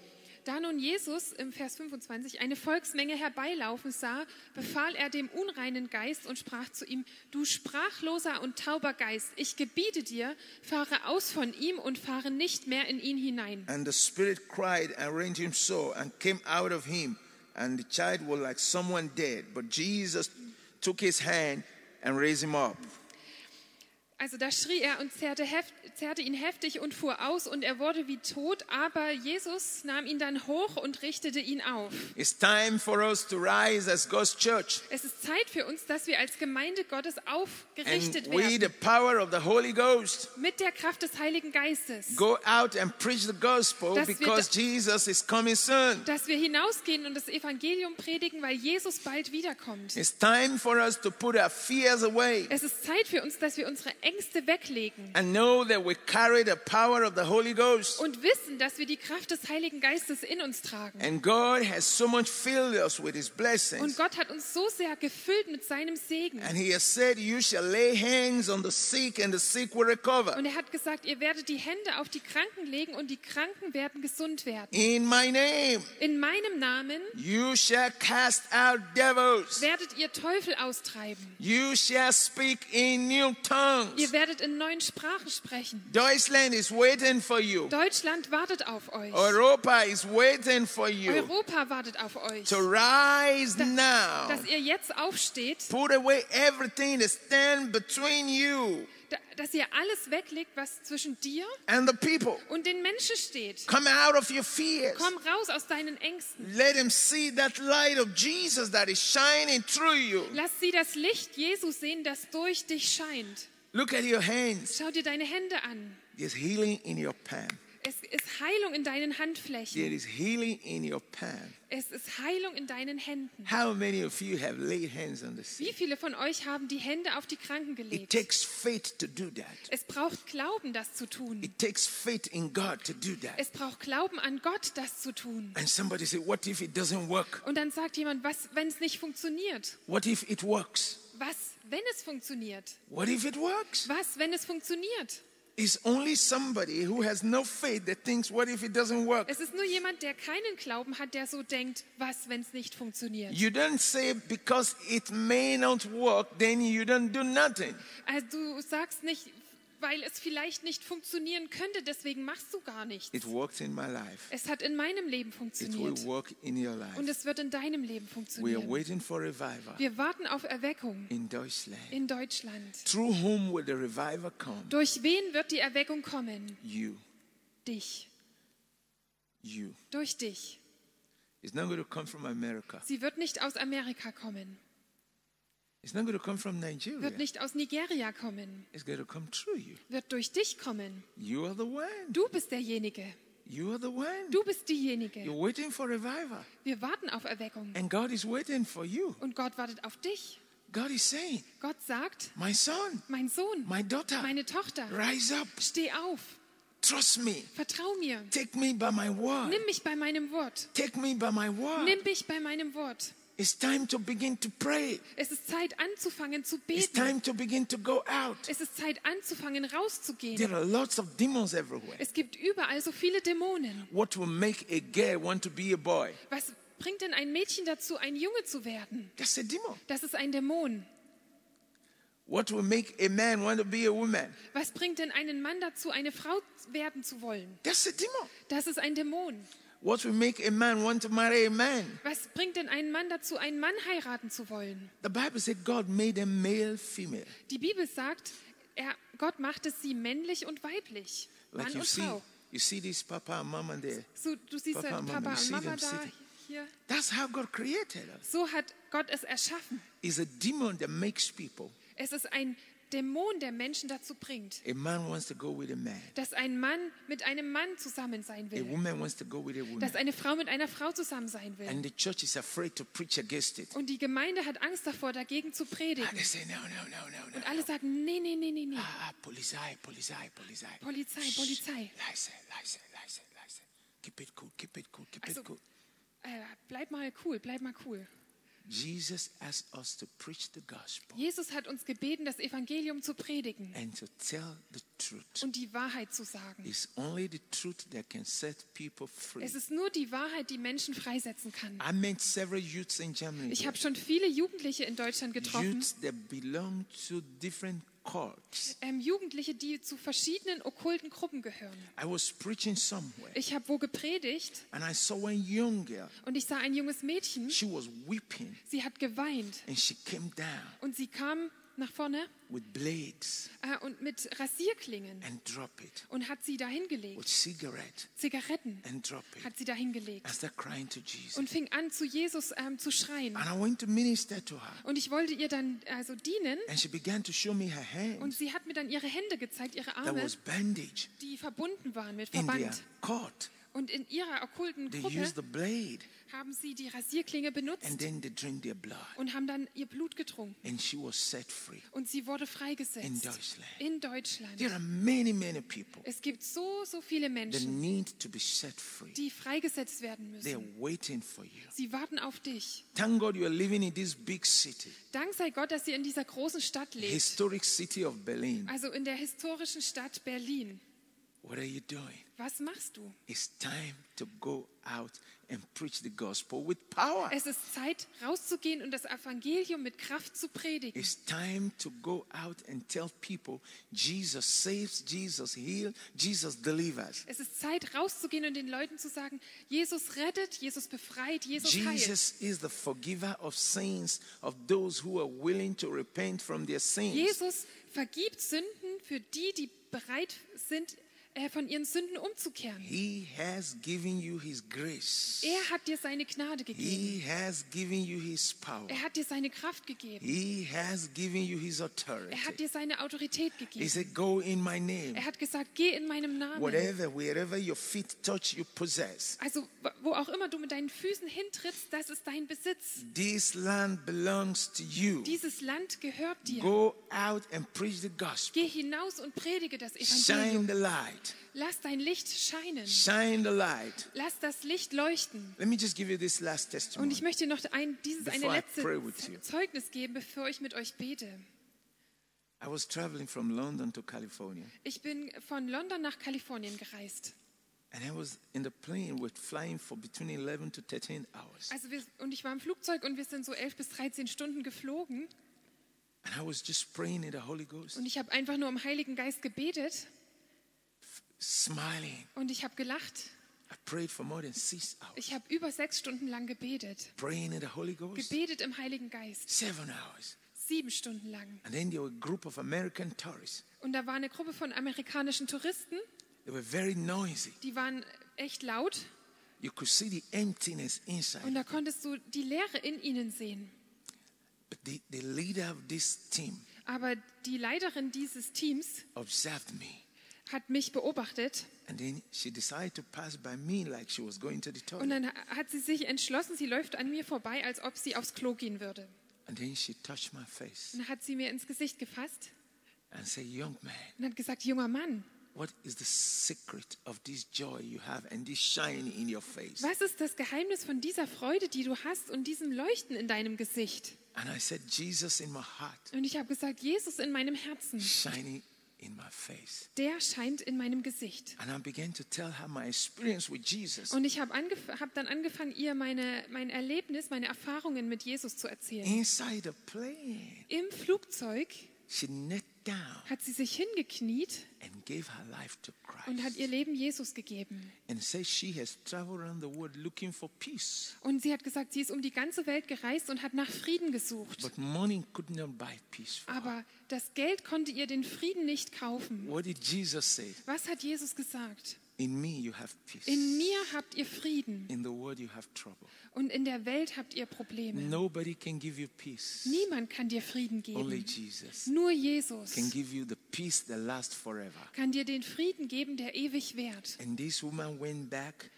Speaker 2: Da nun Jesus im Vers 25 eine Volksmenge herbeilaufen sah, befahl er dem unreinen Geist und sprach zu ihm, du sprachloser und tauber Geist, ich gebiete dir, fahre aus von ihm und fahre nicht mehr in ihn hinein.
Speaker 1: And the spirit cried and rent him so and came out of him. And the child was like someone dead. But Jesus took his hand and raised him up.
Speaker 2: Also da schrie er und zerrte, heft, zerrte ihn heftig und fuhr aus und er wurde wie tot, aber Jesus nahm ihn dann hoch und richtete ihn auf.
Speaker 1: It's time for us to rise as God's church.
Speaker 2: Es ist Zeit für uns, dass wir als Gemeinde Gottes
Speaker 1: And
Speaker 2: aufgerichtet
Speaker 1: we,
Speaker 2: werden
Speaker 1: the power of the Holy Ghost,
Speaker 2: mit der Kraft des Heiligen Geistes.
Speaker 1: go out and preach the gospel
Speaker 2: Das wird-
Speaker 1: because Jesus is coming soon.
Speaker 2: dass wir hinausgehen und das Evangelium predigen, weil Jesus bald wiederkommt.
Speaker 1: It's time for us to put our fears away
Speaker 2: Es ist Zeit für uns, dass wir unsere Ängste weglegen
Speaker 1: and know that we carry the power of the Holy Ghost.
Speaker 2: und wissen, dass wir die Kraft des Heiligen Geistes in uns tragen.
Speaker 1: And God has so much filled us with His
Speaker 2: Und
Speaker 1: blessings.
Speaker 2: Gott hat uns so sehr gefüllt mit seinem Segen.
Speaker 1: And He has said, You shall lay hands on the sick, and the sick will recover.
Speaker 2: Und er hat gesagt, ihr werdet die Hände auf die Kranken legen und die Kranken werden gesund werden.
Speaker 1: In my name,
Speaker 2: In meinem Namen
Speaker 1: you shall cast out devils.
Speaker 2: werdet ihr Teufel austreiben.
Speaker 1: You shall speak in new tongues.
Speaker 2: Ihr
Speaker 1: tongues.
Speaker 2: werdet in neuen Sprachen sprechen.
Speaker 1: Deutschland is waiting for you.
Speaker 2: Deutschland wartet auf euch.
Speaker 1: Europa is waiting for you
Speaker 2: Europa wartet auf euch.
Speaker 1: to rise now.
Speaker 2: Dass ihr jetzt aufsteht,
Speaker 1: Put away everything that stands between you
Speaker 2: da- dass ihr alles weglegt, was zwischen dir
Speaker 1: and the people.
Speaker 2: und den Menschen steht.
Speaker 1: Come out of your fears.
Speaker 2: Komm raus aus deinen Ängsten.
Speaker 1: Let him see that light of Jesus that is shining through you.
Speaker 2: Lass sie das Licht Jesus sehen, das durch dich scheint.
Speaker 1: Look at your hands.
Speaker 2: Schau dir deine Hände an.
Speaker 1: There's healing in your palm.
Speaker 2: Es ist Heilung in deinen Handflächen.
Speaker 1: There is healing in your palm.
Speaker 2: Es ist Heilung in deinen Händen.
Speaker 1: How many of you have laid hands on the
Speaker 2: Wie
Speaker 1: sick?
Speaker 2: viele von euch haben die Hände auf die Kranken
Speaker 1: It
Speaker 2: gelegt?
Speaker 1: takes faith to do that.
Speaker 2: Es braucht Glauben, das zu tun.
Speaker 1: It takes faith in God to do that.
Speaker 2: Es braucht Glauben an Gott, das zu tun.
Speaker 1: And somebody said, What if it doesn't work?
Speaker 2: Und dann sagt jemand, was, wenn es nicht funktioniert?
Speaker 1: What if it works?
Speaker 2: Was, wenn es funktioniert?
Speaker 1: What if it works?
Speaker 2: Was, wenn es funktioniert?
Speaker 1: It's only somebody who has no faith that thinks, What if it doesn't work?
Speaker 2: Es ist nur jemand, der keinen Glauben hat, der so denkt, was, wenn es nicht funktioniert?
Speaker 1: You don't say because it may not work, then you don't do nothing.
Speaker 2: Also du sagst nicht, weil es vielleicht nicht funktionieren könnte, deswegen machst du gar nichts.
Speaker 1: It worked in my life.
Speaker 2: Es hat in meinem Leben
Speaker 1: It will
Speaker 2: funktioniert
Speaker 1: work in your
Speaker 2: und
Speaker 1: life.
Speaker 2: es wird in deinem Leben
Speaker 1: We are
Speaker 2: funktionieren.
Speaker 1: waiting for revival
Speaker 2: Wir warten auf Erweckung
Speaker 1: in Deutschland.
Speaker 2: in Deutschland.
Speaker 1: Through whom will the revival come?
Speaker 2: Durch wen wird die Erweckung kommen?
Speaker 1: You.
Speaker 2: Dich.
Speaker 1: You.
Speaker 2: Durch dich.
Speaker 1: It's not going to come from America.
Speaker 2: Sie wird nicht aus Amerika kommen,
Speaker 1: It's not going to come from Nigeria.
Speaker 2: wird nicht aus Nigeria kommen,
Speaker 1: It's going to come through you.
Speaker 2: wird durch dich kommen.
Speaker 1: You are the one.
Speaker 2: Du bist derjenige.
Speaker 1: You are the one.
Speaker 2: Du bist
Speaker 1: You're
Speaker 2: diejenige.
Speaker 1: waiting for revival.
Speaker 2: Wir warten auf Erweckung
Speaker 1: And God is waiting for you.
Speaker 2: und Gott wartet auf dich.
Speaker 1: God is saying,
Speaker 2: Gott sagt,
Speaker 1: My son,
Speaker 2: mein Sohn,
Speaker 1: my daughter,
Speaker 2: meine Tochter,
Speaker 1: rise up.
Speaker 2: steh auf,
Speaker 1: Trust me.
Speaker 2: vertrau mir,
Speaker 1: Take me by my word.
Speaker 2: nimm mich bei meinem Wort,
Speaker 1: Take me by my word.
Speaker 2: nimm mich bei meinem Wort.
Speaker 1: It's time to begin to pray.
Speaker 2: Es ist Zeit anzufangen zu
Speaker 1: It's
Speaker 2: beten.
Speaker 1: time to begin to go out.
Speaker 2: Es ist Zeit anzufangen rauszugehen.
Speaker 1: There are lots of demons everywhere.
Speaker 2: Es gibt überall so viele Dämonen.
Speaker 1: What will make a girl want to be a boy?
Speaker 2: Was bringt denn ein Mädchen dazu, ein Junge zu werden?
Speaker 1: That's a demon.
Speaker 2: Das ist ein Dämon.
Speaker 1: What will make a man want to be a woman?
Speaker 2: Was bringt denn einen Mann dazu, eine Frau werden zu wollen?
Speaker 1: That's a demon.
Speaker 2: Das ist ein Dämon.
Speaker 1: What will make a man want to marry a man?
Speaker 2: Was bringt denn einen Mann dazu, einen Mann heiraten zu wollen?
Speaker 1: The Bible said God made them male, female.
Speaker 2: Die Bibel sagt, er, Gott macht es sie männlich und weiblich. Mann
Speaker 1: Like you
Speaker 2: und
Speaker 1: see,
Speaker 2: Frau.
Speaker 1: you see this Papa and Mama there.
Speaker 2: So, du siehst halt
Speaker 1: Papa
Speaker 2: Papa,
Speaker 1: und Mama,
Speaker 2: Papa
Speaker 1: ich
Speaker 2: und
Speaker 1: sehe
Speaker 2: Mama
Speaker 1: den, ich
Speaker 2: da,
Speaker 1: sehe den.
Speaker 2: hier.
Speaker 1: That's how God created us.
Speaker 2: So hat Gott es erschaffen.
Speaker 1: It's a demon that makes people.
Speaker 2: Es ist ein Dämon, der Menschen dazu bringt,
Speaker 1: A man wants to go with a man.
Speaker 2: dass ein Mann mit einem Mann zusammen sein
Speaker 1: A
Speaker 2: will.
Speaker 1: woman wants to go with a woman.
Speaker 2: Dass eine Frau mit einer Frau zusammen sein will.
Speaker 1: And the church is afraid to preach against it.
Speaker 2: Und die Gemeinde hat Angst davor, dagegen zu
Speaker 1: And they
Speaker 2: predigen.
Speaker 1: say, no, no, no, no,
Speaker 2: Und
Speaker 1: no.
Speaker 2: alle sagen, nee, nee, nee, nee, nee.
Speaker 1: Ah, Polizei, Polizei, Polizei.
Speaker 2: Polizei,
Speaker 1: Shh,
Speaker 2: Polizei.
Speaker 1: Leise, leise, leise, leise. Keep it cool, keep it cool, keep
Speaker 2: Also,
Speaker 1: it cool.
Speaker 2: äh, bleib mal cool, bleib mal cool.
Speaker 1: Jesus asked us to preach the gospel
Speaker 2: Jesus hat uns gebeten, das Evangelium zu predigen
Speaker 1: and to tell the truth.
Speaker 2: und die Wahrheit zu sagen.
Speaker 1: It's only the truth that can set people free.
Speaker 2: Es ist nur die Wahrheit, die Menschen freisetzen kann.
Speaker 1: I met several youths in Germany.
Speaker 2: Ich habe schon viele Jugendliche in Deutschland getroffen.
Speaker 1: Youths that belong to different cults.
Speaker 2: Ähm, Jugendliche, die zu verschiedenen okkulten Gruppen gehören.
Speaker 1: I was preaching somewhere
Speaker 2: Ich habe wo gepredigt
Speaker 1: and I saw one young girl.
Speaker 2: und ich sah ein junges Mädchen.
Speaker 1: She was weeping
Speaker 2: Sie hat geweint
Speaker 1: and she came down
Speaker 2: und sie kam nach vorne
Speaker 1: with blades
Speaker 2: äh, und mit Rasierklingen
Speaker 1: and drop it,
Speaker 2: und hat sie dahin gelegt.
Speaker 1: with cigarette
Speaker 2: Zigaretten
Speaker 1: and drop it,
Speaker 2: hat sie dahin gelegt
Speaker 1: and start crying to Jesus.
Speaker 2: und fing an, zu Jesus ähm, zu schreien.
Speaker 1: And I went to minister to her
Speaker 2: Und ich wollte ihr dann also dienen
Speaker 1: and she began to show me her
Speaker 2: und
Speaker 1: hand
Speaker 2: sie hat mir dann ihre Hände gezeigt, ihre
Speaker 1: that
Speaker 2: Arme,
Speaker 1: was bandaged
Speaker 2: die verbunden waren mit
Speaker 1: in their
Speaker 2: Verband.
Speaker 1: court.
Speaker 2: Und in ihrer okkulten
Speaker 1: They used
Speaker 2: Gruppe
Speaker 1: the blade
Speaker 2: haben sie die Rasierklinge
Speaker 1: and
Speaker 2: benutzt
Speaker 1: then they drink their blood.
Speaker 2: und haben dann ihr Blut getrunken.
Speaker 1: And she was set free.
Speaker 2: Und sie wurde
Speaker 1: In
Speaker 2: freigesetzt
Speaker 1: Deutschland.
Speaker 2: in Deutschland.
Speaker 1: There are many, many people
Speaker 2: Es gibt so, so viele
Speaker 1: that
Speaker 2: Menschen,
Speaker 1: need to be set free.
Speaker 2: die freigesetzt werden
Speaker 1: They're
Speaker 2: müssen.
Speaker 1: waiting for you.
Speaker 2: Sie warten auf dich.
Speaker 1: Thank God you are living in this big city,
Speaker 2: Dank sei Gott, dass ihr in dieser großen Stadt lebt,
Speaker 1: historic city of Berlin.
Speaker 2: also in der historischen Stadt Berlin.
Speaker 1: What are you doing?
Speaker 2: Was machst du?
Speaker 1: It's time to go out and preach the gospel with power.
Speaker 2: Es ist Zeit, rauszugehen und das Evangelium mit Kraft zu predigen.
Speaker 1: It's time to go out and tell people Jesus saves, Jesus heals, Jesus delivers.
Speaker 2: Es ist Zeit, rauszugehen und den Leuten zu sagen, Jesus rettet, Jesus befreit, Jesus heilt.
Speaker 1: Jesus is the forgiver of sins of those who are willing to repent from their sins.
Speaker 2: Jesus vergibt Sünden für die, die bereit sind, äh, von ihren Sünden umzukehren.
Speaker 1: He has given you his grace.
Speaker 2: Er hat dir seine Gnade gegeben.
Speaker 1: He has given you his power.
Speaker 2: Er hat dir seine Kraft gegeben.
Speaker 1: He has given you his
Speaker 2: Er hat
Speaker 1: authority.
Speaker 2: dir seine Autorität
Speaker 1: He
Speaker 2: gegeben.
Speaker 1: said, Go in my name.
Speaker 2: Er hat gesagt, geh in meinem Namen.
Speaker 1: Whatever, wherever your feet touch, you possess.
Speaker 2: Also w- wo auch immer du mit deinen Füßen hintrittst, das ist dein Besitz.
Speaker 1: This land belongs to you.
Speaker 2: Dieses Land gehört dir.
Speaker 1: Go out and preach the gospel.
Speaker 2: Geh hinaus und predige das
Speaker 1: Shine
Speaker 2: Evangelium.
Speaker 1: the light.
Speaker 2: Lass dein Licht scheinen.
Speaker 1: Shine the light.
Speaker 2: Lass das Licht leuchten.
Speaker 1: Let me just give you this last
Speaker 2: Und ich
Speaker 1: testimony.
Speaker 2: möchte noch ein, dieses eine
Speaker 1: Before I pray with you.
Speaker 2: letzte Zeugnis geben, bevor ich mit euch bete.
Speaker 1: I was traveling from London to California,
Speaker 2: Ich bin von London nach Kalifornien gereist.
Speaker 1: and I was in the plane with flying for between 11 to 13 hours.
Speaker 2: Also wir, und ich war im Flugzeug und wir sind so 11 bis 13 Stunden geflogen.
Speaker 1: And I was just praying in the Holy Ghost,
Speaker 2: Und ich habe einfach nur im Heiligen Geist gebetet
Speaker 1: smiling.
Speaker 2: und ich habe gelacht.
Speaker 1: I prayed for more than six hours,
Speaker 2: Ich habe über sechs Stunden lang gebetet.
Speaker 1: praying in the Holy Ghost,
Speaker 2: Gebetet im Heiligen Geist.
Speaker 1: seven hours.
Speaker 2: Sieben Stunden lang.
Speaker 1: And then there were a group of American tourists.
Speaker 2: Und da war eine Gruppe von amerikanischen Touristen,
Speaker 1: They were very noisy.
Speaker 2: die waren echt laut.
Speaker 1: You could see the emptiness
Speaker 2: Und
Speaker 1: inside.
Speaker 2: da konntest du die Leere in ihnen sehen.
Speaker 1: But the, the leader of this team
Speaker 2: Aber die Leiterin dieses Teams
Speaker 1: observed me.
Speaker 2: hat mich beobachtet
Speaker 1: And then she decided to pass by me like she was going to the toilet.
Speaker 2: und dann hat sie sich entschlossen, sie läuft an mir vorbei, als ob sie aufs Klo gehen würde.
Speaker 1: And then she touched my face
Speaker 2: Und dann hat sie mir ins Gesicht gefasst
Speaker 1: and said, Young man,
Speaker 2: und hat gesagt, junger Mann,
Speaker 1: what is the secret of this joy you have and this shine in your face?
Speaker 2: was ist das Geheimnis von dieser Freude, die du hast und diesem Leuchten in deinem Gesicht?
Speaker 1: And I said, Jesus in my heart,
Speaker 2: Und ich habe gesagt, Jesus in meinem Herzen,
Speaker 1: shining in my face.
Speaker 2: der scheint in meinem Gesicht.
Speaker 1: And I began to tell her my experience with Jesus.
Speaker 2: Und ich habe angef hab dann angefangen, ihr meine, mein Erlebnis, meine Erfahrungen mit Jesus zu erzählen.
Speaker 1: Inside the plane,
Speaker 2: Im Flugzeug
Speaker 1: she knelt down
Speaker 2: hat sie sich hingekniet
Speaker 1: and gave her life to
Speaker 2: und hat
Speaker 1: Christ.
Speaker 2: ihr Leben Jesus gegeben.
Speaker 1: and says she has traveled around the world looking for peace,
Speaker 2: Und sie hat gesagt, sie ist um die ganze Welt gereist und hat nach Frieden gesucht.
Speaker 1: but money could not buy peace for her.
Speaker 2: Aber das Geld konnte ihr den Frieden nicht kaufen.
Speaker 1: What did Jesus say?
Speaker 2: Was hat Jesus gesagt?
Speaker 1: In me you have peace.
Speaker 2: In mir habt ihr Frieden
Speaker 1: In the world you have trouble.
Speaker 2: und in der Welt habt ihr Probleme.
Speaker 1: Nobody can give you peace.
Speaker 2: Niemand kann dir Frieden
Speaker 1: Only
Speaker 2: geben.
Speaker 1: Jesus
Speaker 2: Nur
Speaker 1: can
Speaker 2: Jesus
Speaker 1: give you the peace that lasts forever.
Speaker 2: kann dir den Frieden geben, der ewig währt.
Speaker 1: And this woman went back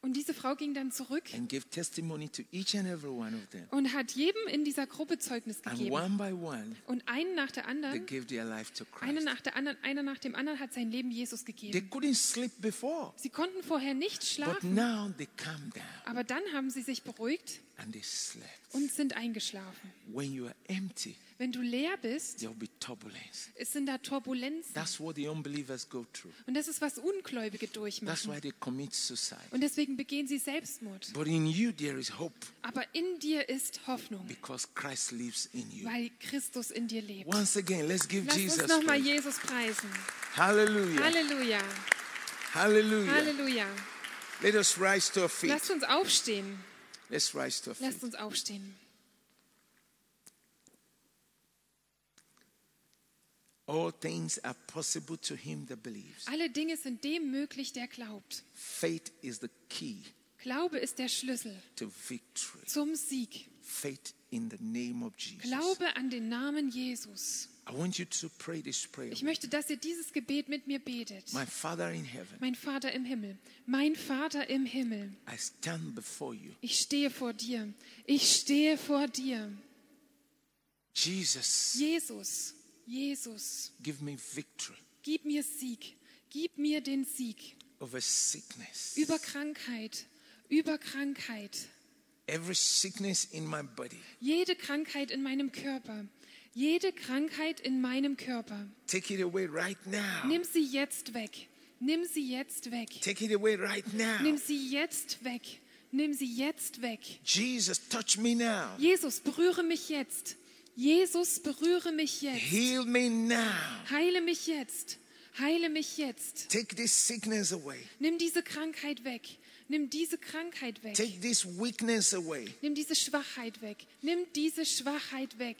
Speaker 2: Und diese Frau ging dann zurück
Speaker 1: and gave testimony to each and every one of them.
Speaker 2: und hat jedem in dieser Gruppe Zeugnis
Speaker 1: And
Speaker 2: gegeben.
Speaker 1: one by one,
Speaker 2: Und einen nach der
Speaker 1: they
Speaker 2: anderen,
Speaker 1: gave their life to
Speaker 2: einer
Speaker 1: Christ.
Speaker 2: nach, der anderen, einer nach dem anderen hat sein Leben Jesus
Speaker 1: They
Speaker 2: gegeben.
Speaker 1: couldn't sleep before,
Speaker 2: Sie konnten vorher nicht
Speaker 1: but
Speaker 2: schlafen,
Speaker 1: now they calm down
Speaker 2: aber dann haben sie sich beruhigt
Speaker 1: and they slept.
Speaker 2: und sind eingeschlafen.
Speaker 1: When you are empty,
Speaker 2: Wenn du leer bist,
Speaker 1: there will be turbulence.
Speaker 2: es sind da Turbulenzen.
Speaker 1: That's what the unbelievers go through.
Speaker 2: Und das ist, was Ungläubige
Speaker 1: That's
Speaker 2: durchmachen.
Speaker 1: why they commit suicide.
Speaker 2: Und deswegen begehen sie Selbstmord.
Speaker 1: But in you there is hope
Speaker 2: Aber in dir ist Hoffnung,
Speaker 1: because Christ lives in you.
Speaker 2: weil Christus in dir lebt.
Speaker 1: Once again, let's give
Speaker 2: Lass uns
Speaker 1: Jesus
Speaker 2: nochmal
Speaker 1: praise.
Speaker 2: Jesus preisen.
Speaker 1: Hallelujah.
Speaker 2: Halleluja.
Speaker 1: Hallelujah.
Speaker 2: Halleluja.
Speaker 1: Let us rise to our feet.
Speaker 2: Lasst uns aufstehen.
Speaker 1: Let's rise to our feet.
Speaker 2: Lasst uns aufstehen.
Speaker 1: All things are possible to him that believes.
Speaker 2: Alle Dinge sind dem möglich, der glaubt.
Speaker 1: Faith is the key
Speaker 2: Glaube ist der Schlüssel
Speaker 1: to victory.
Speaker 2: zum Sieg.
Speaker 1: Faith in the name of Jesus.
Speaker 2: Glaube an den Namen Jesus.
Speaker 1: I want you to pray this prayer.
Speaker 2: Ich möchte, dass ihr dieses Gebet mit mir betet.
Speaker 1: My Father in heaven,
Speaker 2: Mein Vater im Himmel, mein Vater im Himmel,
Speaker 1: I stand before you.
Speaker 2: ich stehe vor dir, ich stehe vor dir.
Speaker 1: Jesus,
Speaker 2: Jesus, Jesus,
Speaker 1: give me victory
Speaker 2: gib mir Sieg, gib mir den Sieg
Speaker 1: over sickness.
Speaker 2: über Krankheit, über Krankheit,
Speaker 1: Every sickness in my body,
Speaker 2: jede Krankheit in meinem Körper, jede Krankheit in meinem Körper.
Speaker 1: take it away right now.
Speaker 2: Nimm sie jetzt weg, Nimm sie jetzt weg.
Speaker 1: Take it away right now.
Speaker 2: Nimm sie jetzt weg. Nimm sie jetzt weg.
Speaker 1: Jesus, touch me now.
Speaker 2: Jesus, berühre mich jetzt. Jesus, berühre mich jetzt.
Speaker 1: Heal me now.
Speaker 2: Heile mich jetzt. Heile mich jetzt.
Speaker 1: Take this sickness away.
Speaker 2: Nimm diese Krankheit weg. Nimm diese Krankheit weg.
Speaker 1: Take this weakness away.
Speaker 2: Nimm diese Schwachheit weg. Nimm diese Schwachheit weg.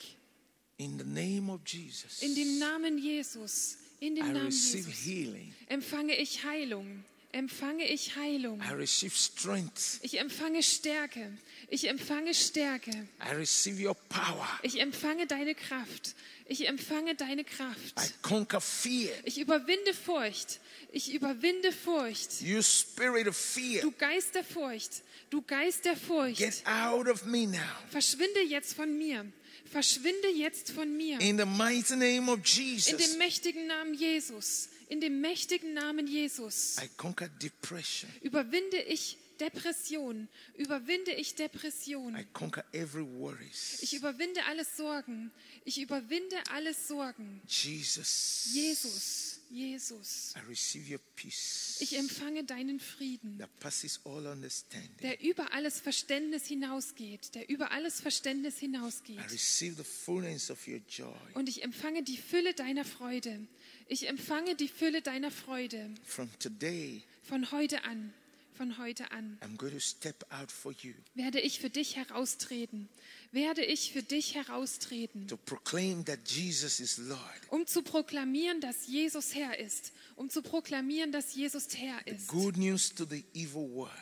Speaker 1: In the name of Jesus,
Speaker 2: In dem Namen Jesus. In dem
Speaker 1: I
Speaker 2: Namen
Speaker 1: receive
Speaker 2: Jesus.
Speaker 1: healing.
Speaker 2: empfange ich Heilung. Empfange ich Heilung.
Speaker 1: I receive strength.
Speaker 2: Ich empfange Stärke. Ich empfange Stärke.
Speaker 1: I receive your power.
Speaker 2: Ich empfange deine Kraft. Ich empfange deine Kraft.
Speaker 1: I conquer fear.
Speaker 2: Ich überwinde Furcht. Ich überwinde Furcht.
Speaker 1: You spirit of fear,
Speaker 2: Du Geist der Furcht. Du Geist der Furcht.
Speaker 1: get out of me now.
Speaker 2: Verschwinde jetzt von mir. Verschwinde jetzt von mir.
Speaker 1: In the mighty name of
Speaker 2: In dem
Speaker 1: Jesus,
Speaker 2: mächtigen Namen Jesus. In dem mächtigen Namen Jesus.
Speaker 1: I conquer depression.
Speaker 2: Überwinde ich Depression. Überwinde ich
Speaker 1: I
Speaker 2: Depression.
Speaker 1: conquer every worry.
Speaker 2: Ich überwinde alles Sorgen. Ich überwinde alles Sorgen.
Speaker 1: Jesus,
Speaker 2: Jesus. Jesus.
Speaker 1: I receive your peace
Speaker 2: Ich empfange deinen Frieden.
Speaker 1: that passes all understanding.
Speaker 2: der über alles Verständnis hinausgeht, der über alles Verständnis
Speaker 1: I
Speaker 2: hinausgeht.
Speaker 1: receive the fullness of your joy
Speaker 2: Und ich empfange die Fülle deiner Freude. Ich empfange die Fülle deiner Freude
Speaker 1: from today.
Speaker 2: von heute an. Von heute an
Speaker 1: I'm going to step out for you
Speaker 2: werde ich für dich heraustreten, werde ich für dich heraustreten,
Speaker 1: to proclaim that Jesus is Lord,
Speaker 2: um zu proklamieren, dass Jesus Herr ist, um zu proklamieren, dass Jesus Herr ist.
Speaker 1: good news to the evil world.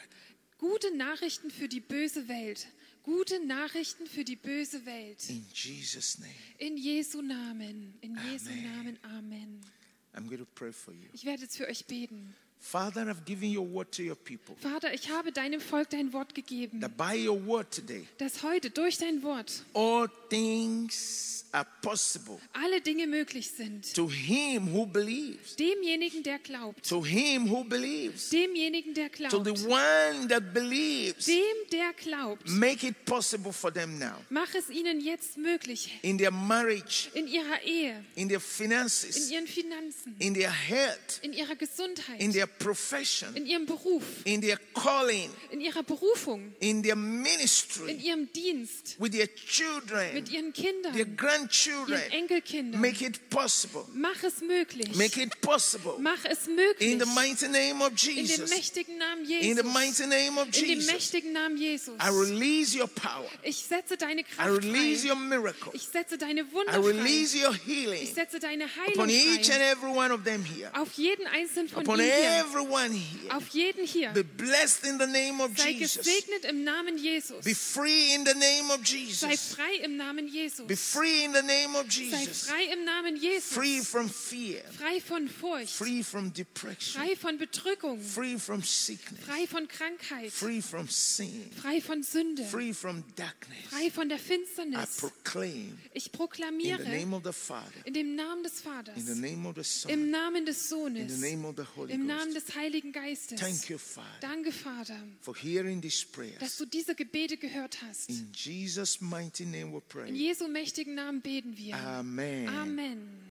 Speaker 2: Gute Nachrichten für die böse Welt, gute Nachrichten für die böse Welt.
Speaker 1: In Jesus' name,
Speaker 2: In Jesu Namen, in Jesu
Speaker 1: Amen.
Speaker 2: Namen, Amen.
Speaker 1: I'm going to pray for you.
Speaker 2: Ich werde jetzt für euch beten.
Speaker 1: Father, I've given your word to your people.
Speaker 2: Vater, ich habe deinem Volk dein Wort gegeben,
Speaker 1: That by your word today,
Speaker 2: dass heute durch dein Wort
Speaker 1: all things are possible
Speaker 2: alle Dinge möglich sind.
Speaker 1: to him who believes.
Speaker 2: Demjenigen, der glaubt,
Speaker 1: To him who believes.
Speaker 2: demjenigen, der
Speaker 1: To the
Speaker 2: glaubt,
Speaker 1: one that believes.
Speaker 2: dem, der glaubt,
Speaker 1: Make it possible for them now.
Speaker 2: mach es ihnen jetzt möglich
Speaker 1: In their marriage,
Speaker 2: in ihrer Ehe,
Speaker 1: in their
Speaker 2: in
Speaker 1: finances,
Speaker 2: ihren Finanzen,
Speaker 1: in their health,
Speaker 2: in ihrer Gesundheit,
Speaker 1: in their profession,
Speaker 2: in ihrem Beruf,
Speaker 1: in their calling,
Speaker 2: in ihrer Berufung,
Speaker 1: in their
Speaker 2: in
Speaker 1: ministry,
Speaker 2: ihrem Dienst,
Speaker 1: with their children,
Speaker 2: mit ihren
Speaker 1: their
Speaker 2: Kindern,
Speaker 1: grandchildren.
Speaker 2: ihren Enkelkindern.
Speaker 1: Make it possible.
Speaker 2: Mach es möglich.
Speaker 1: Make it possible.
Speaker 2: Mach es
Speaker 1: In
Speaker 2: möglich.
Speaker 1: the mighty name of
Speaker 2: In dem
Speaker 1: Jesus.
Speaker 2: mächtigen Namen
Speaker 1: In the
Speaker 2: Jesus.
Speaker 1: mighty name of
Speaker 2: In dem
Speaker 1: Jesus.
Speaker 2: mächtigen Namen Jesus.
Speaker 1: I release your power.
Speaker 2: Ich setze deine
Speaker 1: I
Speaker 2: Kraft
Speaker 1: release
Speaker 2: frei.
Speaker 1: your miracle.
Speaker 2: Ich setze deine Wunder
Speaker 1: I
Speaker 2: frei.
Speaker 1: release your
Speaker 2: Ich
Speaker 1: healing
Speaker 2: setze deine Heilung
Speaker 1: upon each and
Speaker 2: frei.
Speaker 1: every one of them here.
Speaker 2: Auf jeden einzelnen von
Speaker 1: Upon
Speaker 2: ihnen hier.
Speaker 1: everyone here.
Speaker 2: Auf jeden hier.
Speaker 1: Be blessed in the name of
Speaker 2: Sei
Speaker 1: Jesus.
Speaker 2: gesegnet im Namen Jesus.
Speaker 1: Be free in the name of
Speaker 2: Sei
Speaker 1: Jesus.
Speaker 2: frei im Namen Jesus.
Speaker 1: Be free in the name of
Speaker 2: Sei
Speaker 1: Jesus.
Speaker 2: frei im Namen Jesus.
Speaker 1: Free from fear.
Speaker 2: Frei von Furcht.
Speaker 1: Free from depression.
Speaker 2: Frei von Bedrückung.
Speaker 1: Free from sickness.
Speaker 2: Frei von Krankheit.
Speaker 1: Free from sin.
Speaker 2: Frei von Sünde.
Speaker 1: Free from darkness.
Speaker 2: Frei von der
Speaker 1: I
Speaker 2: Finsternis.
Speaker 1: proclaim
Speaker 2: Ich
Speaker 1: in the
Speaker 2: proklamiere
Speaker 1: name of the Father,
Speaker 2: in dem Namen des
Speaker 1: in the
Speaker 2: Vaters,
Speaker 1: name of the
Speaker 2: im
Speaker 1: Son,
Speaker 2: Namen des
Speaker 1: in the
Speaker 2: Sohnes,
Speaker 1: name of the Holy
Speaker 2: im Namen
Speaker 1: Ghost.
Speaker 2: des Heiligen Geistes.
Speaker 1: Thank you, Father,
Speaker 2: Danke, Vater,
Speaker 1: for hearing these
Speaker 2: dass
Speaker 1: prayers.
Speaker 2: du diese Gebete gehört hast.
Speaker 1: In Jesus' mighty name we
Speaker 2: In
Speaker 1: pray.
Speaker 2: Jesu mächtigen Namen beten wir.
Speaker 1: Amen.
Speaker 2: Amen.